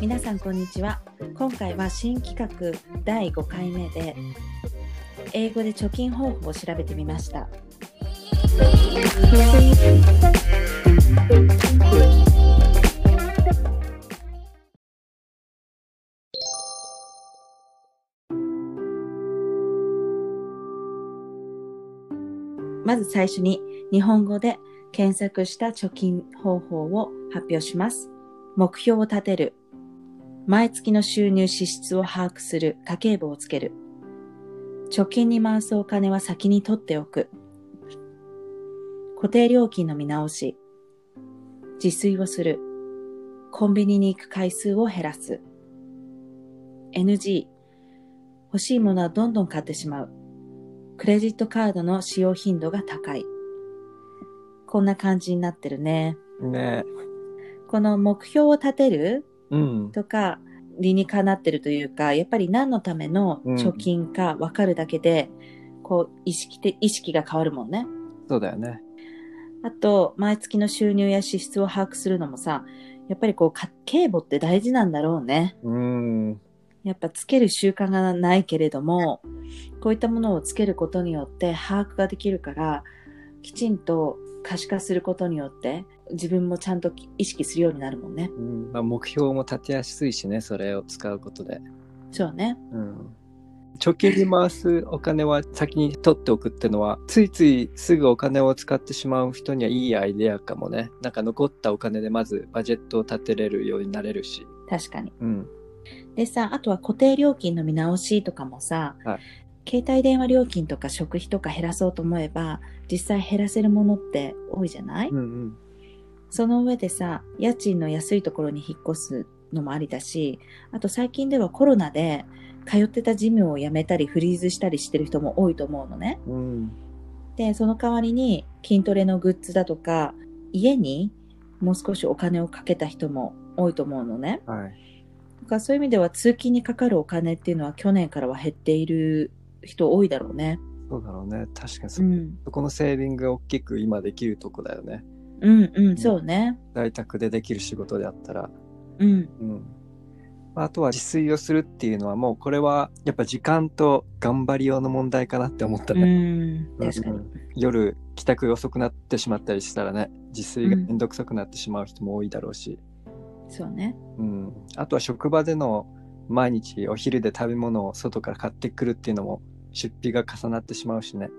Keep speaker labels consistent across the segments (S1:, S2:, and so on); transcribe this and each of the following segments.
S1: 皆さんこんにちは今回は新企画第5回目で英語で貯金方法を調べてみましたまず最初に日本語で検索した貯金方法を発表します。目標を立てる。毎月の収入支出を把握する。家計簿をつける。貯金に回すお金は先に取っておく。固定料金の見直し。自炊をする。コンビニに行く回数を減らす。NG。欲しいものはどんどん買ってしまう。クレジットカードの使用頻度が高い。こんな感じになってるね。
S2: ね
S1: この目標を立てる
S2: うん。
S1: とか理にかなってるというかやっぱり何のための貯金か分かるだけで、こう意識て意識が変わるもんね。
S2: そうだよね。
S1: あと毎月の収入や支出を把握するのもさやっぱりこう家計簿って大事なんだろうね。
S2: うん。
S1: やっぱつける習慣がないけれどもこういったものをつけることによって把握ができるからきちんと可視化することによって自分もちゃんと意識するようになるもんね。
S2: うんまあ、目標も立てやすいしね、それを使うことで。
S1: そうね。
S2: うん。貯金に回すお金は先に取っておくってのは、ついついすぐお金を使ってしまう人にはいいアイデアかもね。なんか残ったお金でまずバジェットを立てれるようになれるし。
S1: 確かに。
S2: うん。
S1: でさ、あとは固定料金の見直しとかもさ、
S2: はい
S1: 携帯電話料金とか食費とか減らそうと思えば、実際減らせるものって多いじゃない、
S2: うんうん。
S1: その上でさ、家賃の安いところに引っ越すのもありだし、あと最近ではコロナで通ってたジムを辞めたりフリーズしたりしてる人も多いと思うのね。
S2: うん。
S1: で、その代わりに筋トレのグッズだとか、家にもう少しお金をかけた人も多いと思うのね。
S2: はい。
S1: だからそういう意味では通勤にかかるお金っていうのは去年からは減っている人多いだろうね。
S2: そうだろうね。確かにそ,、
S1: うん、
S2: このセービングが大きく今できるとこだよね。
S1: うん、うん、そうね。
S2: 在宅でできる仕事であったら。
S1: うん、
S2: うんまああとは自炊をするっていうのはもうこれはやっぱ時間と頑張り用の問題かなって思った
S1: う
S2: ね、
S1: ん、確か
S2: う
S1: に。
S2: ん夜帰宅遅くなってしまったりしたらね自炊がめんどくさくなってしまう人も多いだろうし、
S1: そうね。
S2: うんあとは職場での毎日お昼で食べ物を外から買ってくるっていうのも出費が重なってしまうしね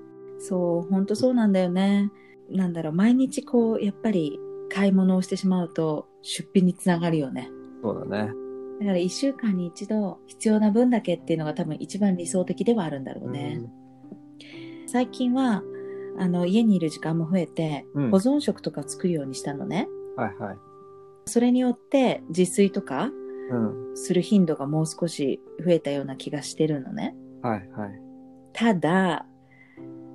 S1: そう、本当そうなんだよね。なんだろう、毎日こう、やっぱり買い物をしてしまうと出費につながるよね。
S2: そうだね、
S1: だから1週間に一度必要な分だけっていうのが多分一番理想的ではあるんだろうね。最近は、あの、家にいる時間も増えて、
S2: うん
S1: 保存食とか作るようにしたのね。
S2: うんはいはい、
S1: それによって自炊とか
S2: うん、
S1: する頻度がもう少し増えたような気がしてるのね。
S2: はいはい
S1: ただ、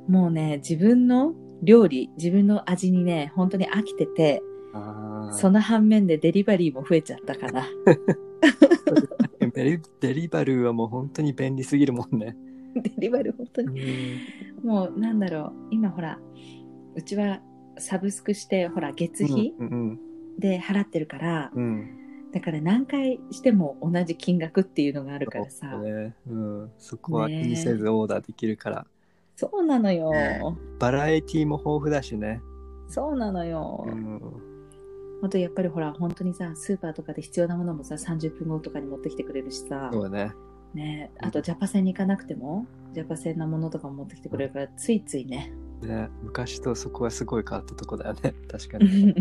S1: もうね、自分の料理、自分の味にね、本当に飽きてて、
S2: あー
S1: その反面でデリバリーも増えちゃったかな。
S2: デリデリバルーはもう本当に便利すぎるもんね、
S1: デリバリー本当に。もうなんだろう、今ほら、うちはサブスクして、ほら、月費
S2: うんうん
S1: で払ってるから、
S2: うんうん
S1: だから何回しても同じ金額っていうのがあるからさ、
S2: そうねうん、そこは気
S1: ね
S2: にせずオーダーできるから、
S1: そうなのよ。
S2: バラエティも豊富だしね、
S1: そうなのよ。
S2: うん、
S1: あとやっぱりほら本当にさスーパーとかで必要なものもさ30分後とかに持ってきてくれるしさ、
S2: そうね
S1: ね、あとジャパセンに行かなくてもジャパセンなものとかも持ってきてくれるからついつい ね
S2: ね昔とそこはすごい変わったとこだよね 確かに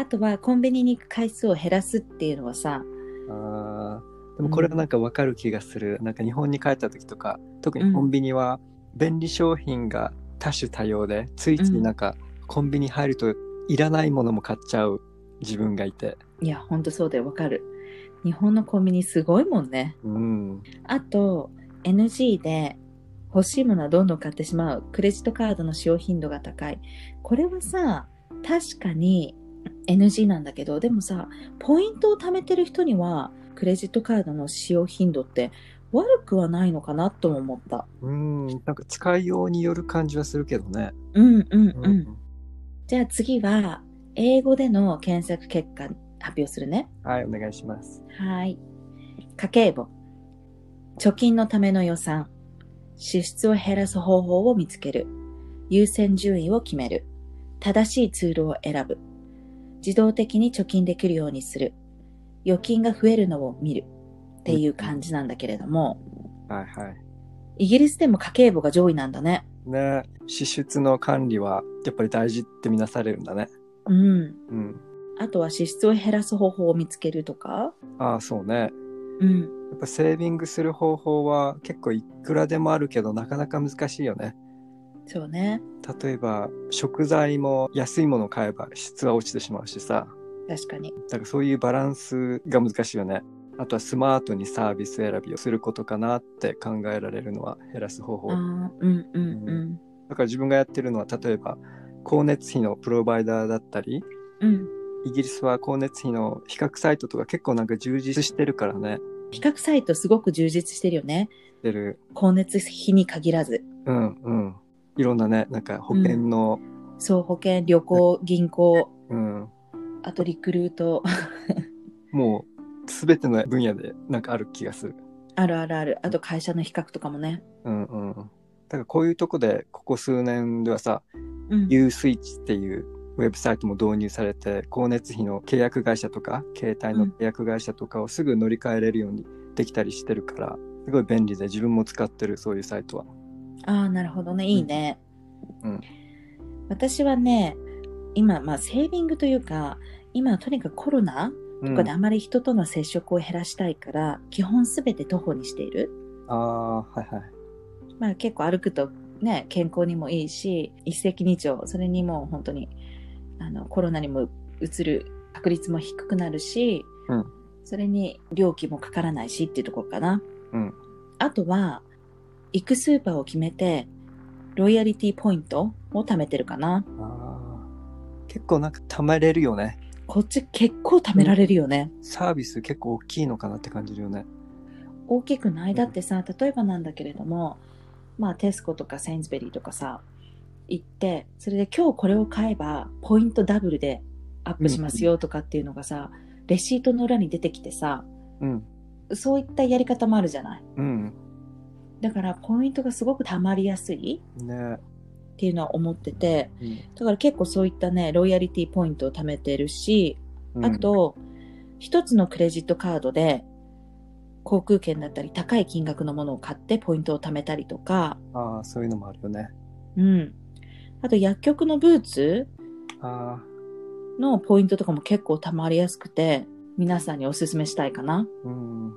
S1: あとはコンビニに行く回数を減らすっていうのはさ
S2: あーでもこれはなんかわかる気がする、なんか日本に帰った時とか特にコンビニは便利商品が多種多様で、ついついなんかコンビニ入るといらないものも買っちゃう自分がいて
S1: いやほんとそうだよわかる日本のコンビニすごいもんね
S2: うん
S1: あと NG で欲しいものはどんどん買ってしまうクレジットカードの使用頻度が高いこれはさ確かに NG なんだけどでもさポイントを貯めてる人にはクレジットカードの使用頻度って悪くはないのかなとも思った
S2: うんなんか使いようによる感じはするけどね
S1: うんうんうん、じゃあ次は英語での検索結果発表するね。
S2: はい、お願いします。
S1: はい。家計簿。貯金のための予算。支出を減らす方法を見つける。優先順位を決める。正しいツールを選ぶ。自動的に貯金できるようにする。預金が増えるのを見る。っていう感じなんだけれども、
S2: はいはい。
S1: イギリスでも家計簿が上位なんだね。
S2: ね、支出の管理はやっぱり大事ってみなされるんだね。
S1: うん。
S2: うん。
S1: あとは支出を減らす方法を見つけるとか。
S2: ああ、そうね。
S1: うん。
S2: やっぱセービングする方法は結構いくらでもあるけどなかなか難しいよね。
S1: そうね。
S2: 例えば食材も安いものを買えば質は落ちてしまうしさ。
S1: 確かに。
S2: だからそういうバランスが難しいよね。あとはスマートにサービス選びをすることかなって考えられるのは減らす方法。
S1: ああ
S2: だか
S1: ー、うんうんうん。
S2: ら自分がやってるのは例えば光熱費のプロバイダーだったり、
S1: うん。
S2: イギリスは光熱費の比較サイトとか結構なんか充実してるからね。
S1: 比較サイトすごく充実してるよね。
S2: してる。
S1: 光熱費に限らず。
S2: うんうん。いろんなね、なんか保険の、
S1: そう、保険、旅行、銀行、
S2: うん、
S1: あとリクルート、
S2: もう全ての分野でなんかある気がする。
S1: あるあるある。あと会社の比較とかもね。
S2: うんうん。だからこういうとこでここ数年ではさ、
S1: うん。
S2: U スイッチっていうウェブサイトも導入されて、光熱費の契約会社とか、携帯の契約会社とかをすぐ乗り換えれるようにできたりしてるから、すごい便利で自分も使ってるそういうサイトは。
S1: ああ、なるほどね。いいね。
S2: うんうん
S1: 私はね、今、まあ、セービングというか、今はとにかくコロナ
S2: う
S1: と
S2: ん、
S1: かで
S2: あ
S1: あまり人との接触を減らしたいから、基本すべて徒歩にしている。
S2: あー、はいはい。
S1: まあ結構歩くとね、健康にもいいし、一石二鳥、それにもう本当に、あの、コロナにもうつる確率も低くなるし、
S2: うん
S1: それに料金もかからないしっていうところかな。
S2: うん
S1: あとは、行くスーパーを決めて、ロイヤリティポイントを貯めてるかな。
S2: あー結構なんか貯めれるよね。
S1: こっち結構貯められるよね。
S2: サービス結構大きいのかなって感じるよね。
S1: 大きくな
S2: う
S1: い
S2: ん
S1: だってさ例えばなんだけれどもまあテスコとかセインズベリーとかさ行ってそれで今日これを買えばポイントダブルでアップしますよとかっていうのがさ、レシートの裏に出てきてさ
S2: うん。
S1: そういったやり方もあるじゃない
S2: うん。
S1: だからポイントがすごく貯まりやすい
S2: ね、
S1: っていうのは思ってて
S2: うん
S1: だから結構そういったねロイヤリティポイントを貯めてるし
S2: うん
S1: あと、一つのクレジットカードで、航空券だったり、高い金額のものを買ってポイントを貯めたりとか、
S2: ああそういうのもあるよね
S1: うん。あと、薬局のブーツ
S2: ああ
S1: のポイントとかも結構貯まりやすくて、皆さんにおすすめしたいかな。
S2: うん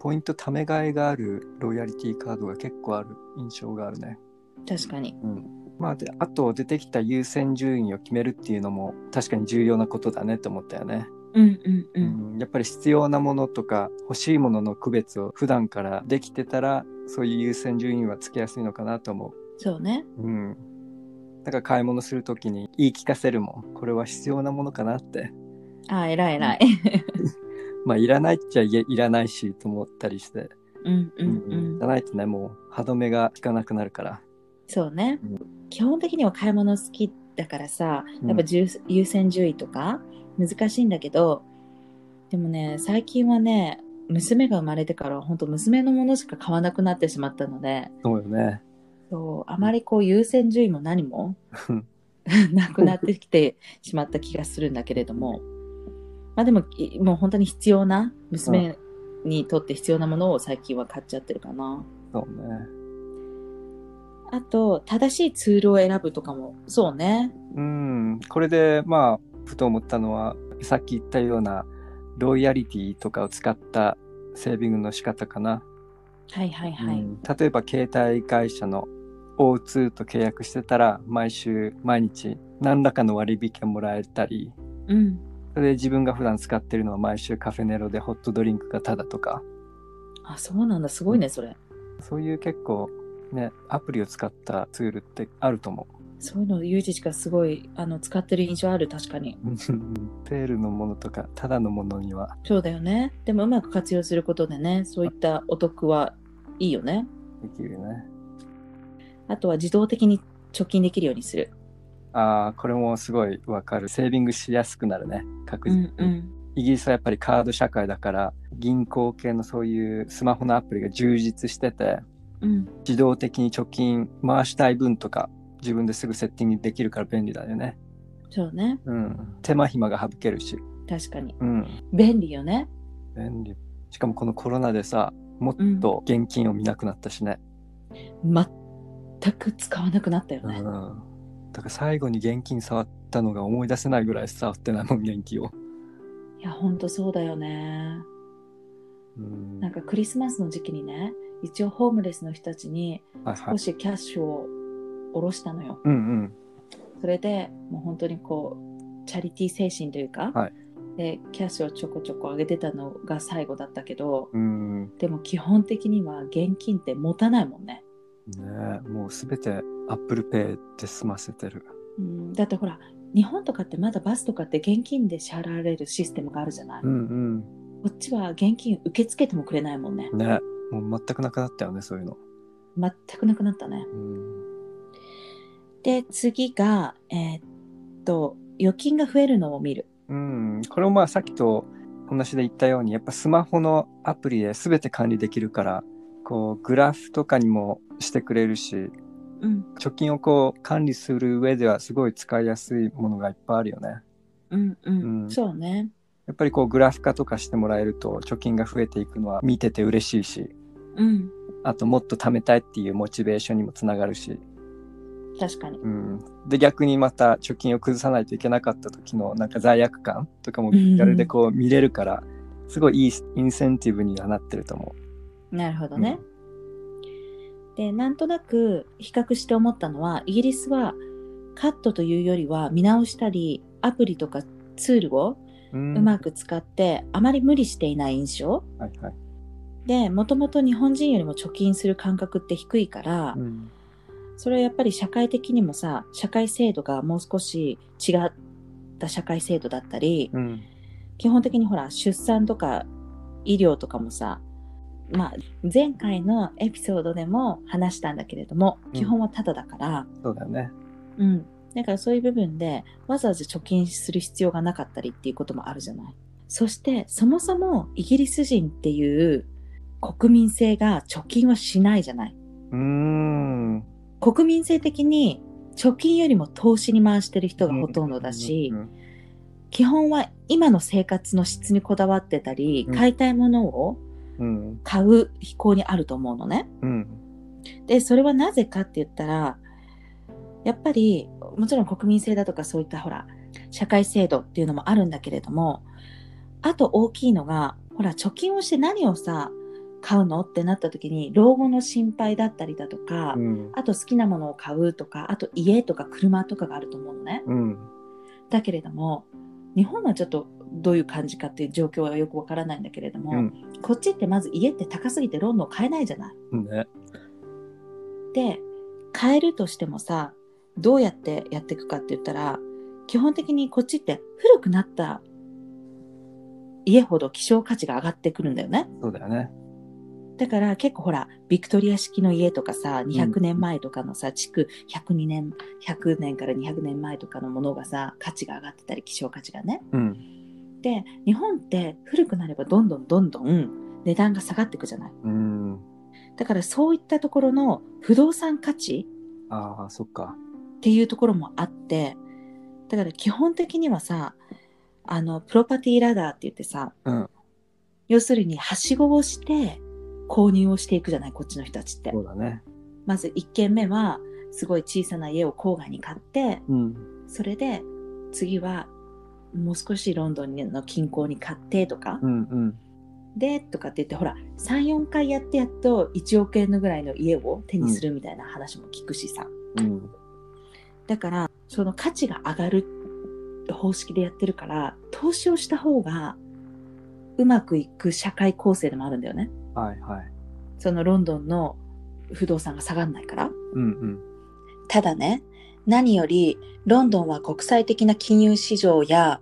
S2: ポイントためがいがあるロイヤリティカードが結構ある印象があるね
S1: 確かに。
S2: まあであと出てきた優先順位を決めるっていうのも確かに重要なことだねと思ったよね、
S1: うんうんうん。
S2: うんやっぱり必要なものとか欲しいものの区別を普段からできてたらそういう優先順位はつけやすいのかなと思
S1: そうね。
S2: ううんだから買い物するときに言い聞かせるもんこれは必要なものかなって
S1: ああ、偉い偉い。
S2: まあいらないっちゃいえいらないしと思ったりして
S1: うんうんうん
S2: じゃ。ないとねもう歯止めが効かなくなるから
S1: そうね
S2: う。
S1: 基本的には買い物好きだからさ、やっぱ重優先順位とか難しいんだけど、でもね、最近はね、娘が生まれてから本当娘のものしか買わなくなってしまったので、
S2: そうよね
S1: そうあまりこう優先順位も何も なくなってきてしまった気がするんだけれども、まあでも、いもう本当に必要な、娘にとって必要なものを最近は買っちゃってるかな。
S2: そうね
S1: あと、正しいツールを選ぶとかも、そうね。
S2: うんこれでまあふと思ったのはさっき言ったようなロイヤリティとかを使ったセービングの仕方かな、
S1: はいはいはい。
S2: うん例えば携帯会社の O2 と契約してたら毎週毎日何らかの割引がもらえたり
S1: うん。
S2: それで自分が普段使ってるのは毎週カフェネロでホットドリンクがタダとか
S1: あ、そうなんだ。すごいね、それ。
S2: そういう結構ねアプリを使ったツールってあると思う
S1: そういうの、ゆうじしかすごい、あの、使ってる印象ある、確かに。
S2: セールのものとかただのものには
S1: そうだよね。でも、うまく活用することでね、そういったお得はいいよね。
S2: できるよね
S1: あとは、自動的に貯金できるようにする。
S2: ああこれもすごいわかるセービングしやすくなるね確
S1: う
S2: 実
S1: ん
S2: に、
S1: うん。
S2: イギリスはやっぱりカード社会だから銀行系のそういうスマホのアプリが充実してて
S1: うん
S2: 自動的に貯金回したい分とか自分ですぐセッティングできるから便利だよね。
S1: そうね
S2: うん、手間暇が省けるし、
S1: 確かに
S2: うん、
S1: 便利よね
S2: 便利しかもこのコロナでさもっと現金を見なくなったしね、
S1: 全く使わなくなったよ
S2: う
S1: ね、
S2: ん、だから最後に現金触ったのが思い出せないぐらい触ってないもん現金を、
S1: いやほんとそうだよね
S2: うん
S1: なんかクリスマスの時期にね一応ホームレスの人たちに
S2: はいは
S1: 少
S2: い、
S1: しキャッシュを下ろしたのよ
S2: うん
S1: それでもう本当にこうチャリティー精神というか、
S2: はい
S1: でキャッシュをちょこちょこ上げてたのが最後だったけど
S2: うんうん
S1: でも基本的には現金って持たないもんね、
S2: ねえもうすべて ApplePay で済ませてる
S1: うん、だってほら日本とかってまだバスとかって現金で支払われるシステムがあるじゃない、
S2: うん
S1: こっちは現金受け付けてもくれないもんね
S2: うんねえもう全くなくなったよねそういうの、
S1: 全くなくなったね
S2: うん、
S1: で次がえーっと預金が増えるのを見る
S2: うん、これもまあさっきと同じで言ったようにやっぱスマホのアプリで全て管理できるからこうグラフとかにもしてくれるし
S1: うん
S2: 貯金をこう管理する上ではすごい使いやすいものがいっぱいあるよね。
S1: うんうん、
S2: うん
S1: そうね
S2: やっぱりこうグラフ化とかしてもらえると貯金が増えていくのは見てて嬉しいし
S1: うん
S2: あともっと貯めたいっていうモチベーションにもつながるし、
S1: 確かに
S2: うん、で逆にまた貯金を崩さないといけなかった時のなんか罪悪感とかも
S1: うん
S2: ビジュアルでこう見れるからすごいいいインセンティブにはなってると思
S1: なるほど
S2: う。
S1: ね、でなんとなく比較して思ったのはイギリスはカットというよりは見直したりアプリとかツールを
S2: うん、
S1: うまく使って、あまり無理していない印象
S2: はいはい、
S1: でもともと日本人よりも貯金する感覚って低いから、
S2: うん
S1: それはやっぱり社会的にもさ社会制度がもう少し違った社会制度だったり、
S2: うん
S1: 基本的にほら出産とか医療とかもさ、まあ、前回のエピソードでも話したんだけれども
S2: ん
S1: 基本はタダだから、
S2: そうだよね。
S1: うんだからそういう部分でわざわざ貯金する必要がなかったりっていうこともあるじゃない。そしてそもそもイギリス人っていう国民性が貯金はしないじゃない。
S2: うーん
S1: 国民性的に貯金よりも投資に回してる人がほとんどだし、
S2: うん
S1: 基本は今の生活の質にこだわってたり、
S2: うん
S1: 買いたいものを
S2: うん
S1: 買う飛行にあると思うのね。
S2: うん
S1: でそれはなぜかって言ったらやっぱりもちろん国民性だとかそういったほら社会制度っていうのもあるんだけれどもあと大きいのがほら貯金をして何をさ買うのってなった時に老後の心配だったりだとか、
S2: うん
S1: あと好きなものを買うとかあと家とか車とかがあると思うのね。
S2: うん
S1: だけれども日本はちょっとどういう感じかっていう状況はよくわからないんだけれども、
S2: うん
S1: こっちってまず家って高すぎてローンの買えないじゃない。
S2: ね
S1: で買えるとしてもさどうやってやっていくかって言ったら基本的にこっちって古くなった家ほど希少価値が上がってくるんだよね。
S2: そうだよね。
S1: だから結構ほらビクトリア式の家とかさ200年前とかのさ築102年100年から200年前とかのものがさ価値が上がってたり希少価値がね。
S2: うん
S1: で日本って古くなればどんどんどんどん値段が下がっていくじゃない
S2: うん
S1: だからそういったところの不動産価値
S2: ああそっか。
S1: っていうところもあってだから基本的にはさあのプロパティラダーって言ってさ、
S2: うん
S1: 要するにはしごをして購入をしていくじゃないこっちの人たちって
S2: そうだね。
S1: まず1軒目はすごい小さな家を郊外に買って
S2: うん
S1: それで次はもう少しロンドンの近郊に買ってとか、
S2: うんうん
S1: でとかって言ってほら34回やってやっと1億円のぐらいの家を手にするみたいな話も聞くしさ、
S2: うん
S1: だからその価値が上がる方式でやってるから投資をした方がうまくいく社会構成でもあるんだよね
S2: はいはい。
S1: そのロンドンの不動産が下がんないから
S2: うんうん
S1: ただね何よりロンドンは国際的な金融市場や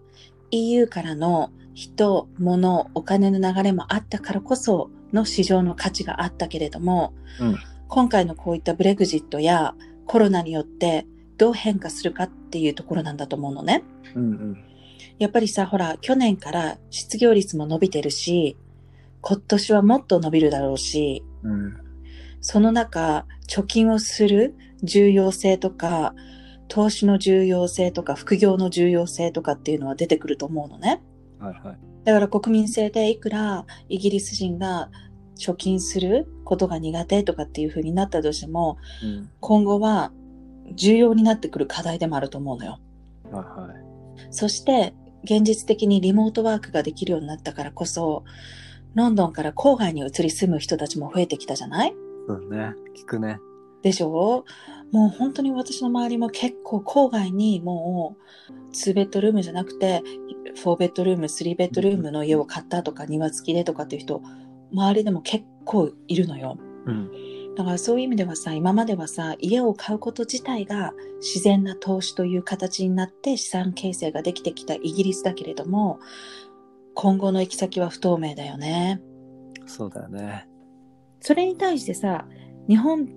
S1: EU からの人物お金の流れもあったからこその市場の価値があったけれども、
S2: うん
S1: 今回のこういったブレグジットやコロナによってどう変化するかっていうところなんだと思うのね。
S2: うん
S1: やっぱりさ、ほら、去年から失業率も伸びてるし、今年はもっと伸びるだろうし、
S2: うん。
S1: その中、貯金をする重要性とか、投資の重要性とか、副業の重要性とかっていうのは出てくると思うのね。
S2: はいはい。
S1: だから国民性でいくらイギリス人が貯金することが苦手とかっていう風になったとしても、
S2: うん。
S1: 今後は重要になってくる課題でもあると思うのよ。
S2: はいはい。
S1: そして現実的にリモートワークができるようになったからこそ、ロンドンから郊外に移り住む人たちも増えてきたじゃない
S2: そうね。聞くね。
S1: でしょうもう本当に私の周りも結構郊外にもう2ベッドルームじゃなくて4ベッドルーム、3ベッドルームの家を買ったとか庭付きでとかっていう人、周りでも結構いるのよ。
S2: うん。
S1: だからそういう意味ではさ、今まではさ、家を買うこと自体が自然な投資という形になって資産形成ができてきたイギリスだけれども、今後の行き先は不透明だよね。
S2: そうだよね。
S1: それに対してさ、日本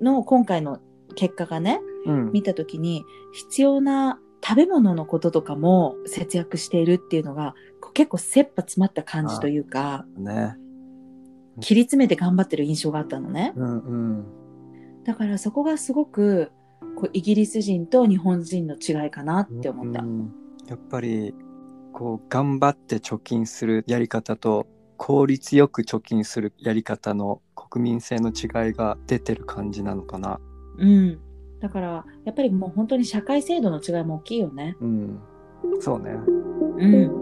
S1: の今回の結果がね、
S2: うん。
S1: 見た時に必要な食べ物のこととかも節約しているっていうのがこう結構切羽詰まった感じというか、
S2: ね。
S1: 切り詰めて頑張ってる印象があったのね。
S2: うんうん。
S1: だからそこがすごくこうイギリス人と日本人の違いかなって思った。
S2: うんやっぱり、こう、頑張って貯金するやり方と、効率よく貯金するやり方の国民性の違いが出てる感じなのかな。
S1: うん。だからやっぱりもう本当に社会制度の違いも大きいよね。
S2: うん。そうね。
S1: うん。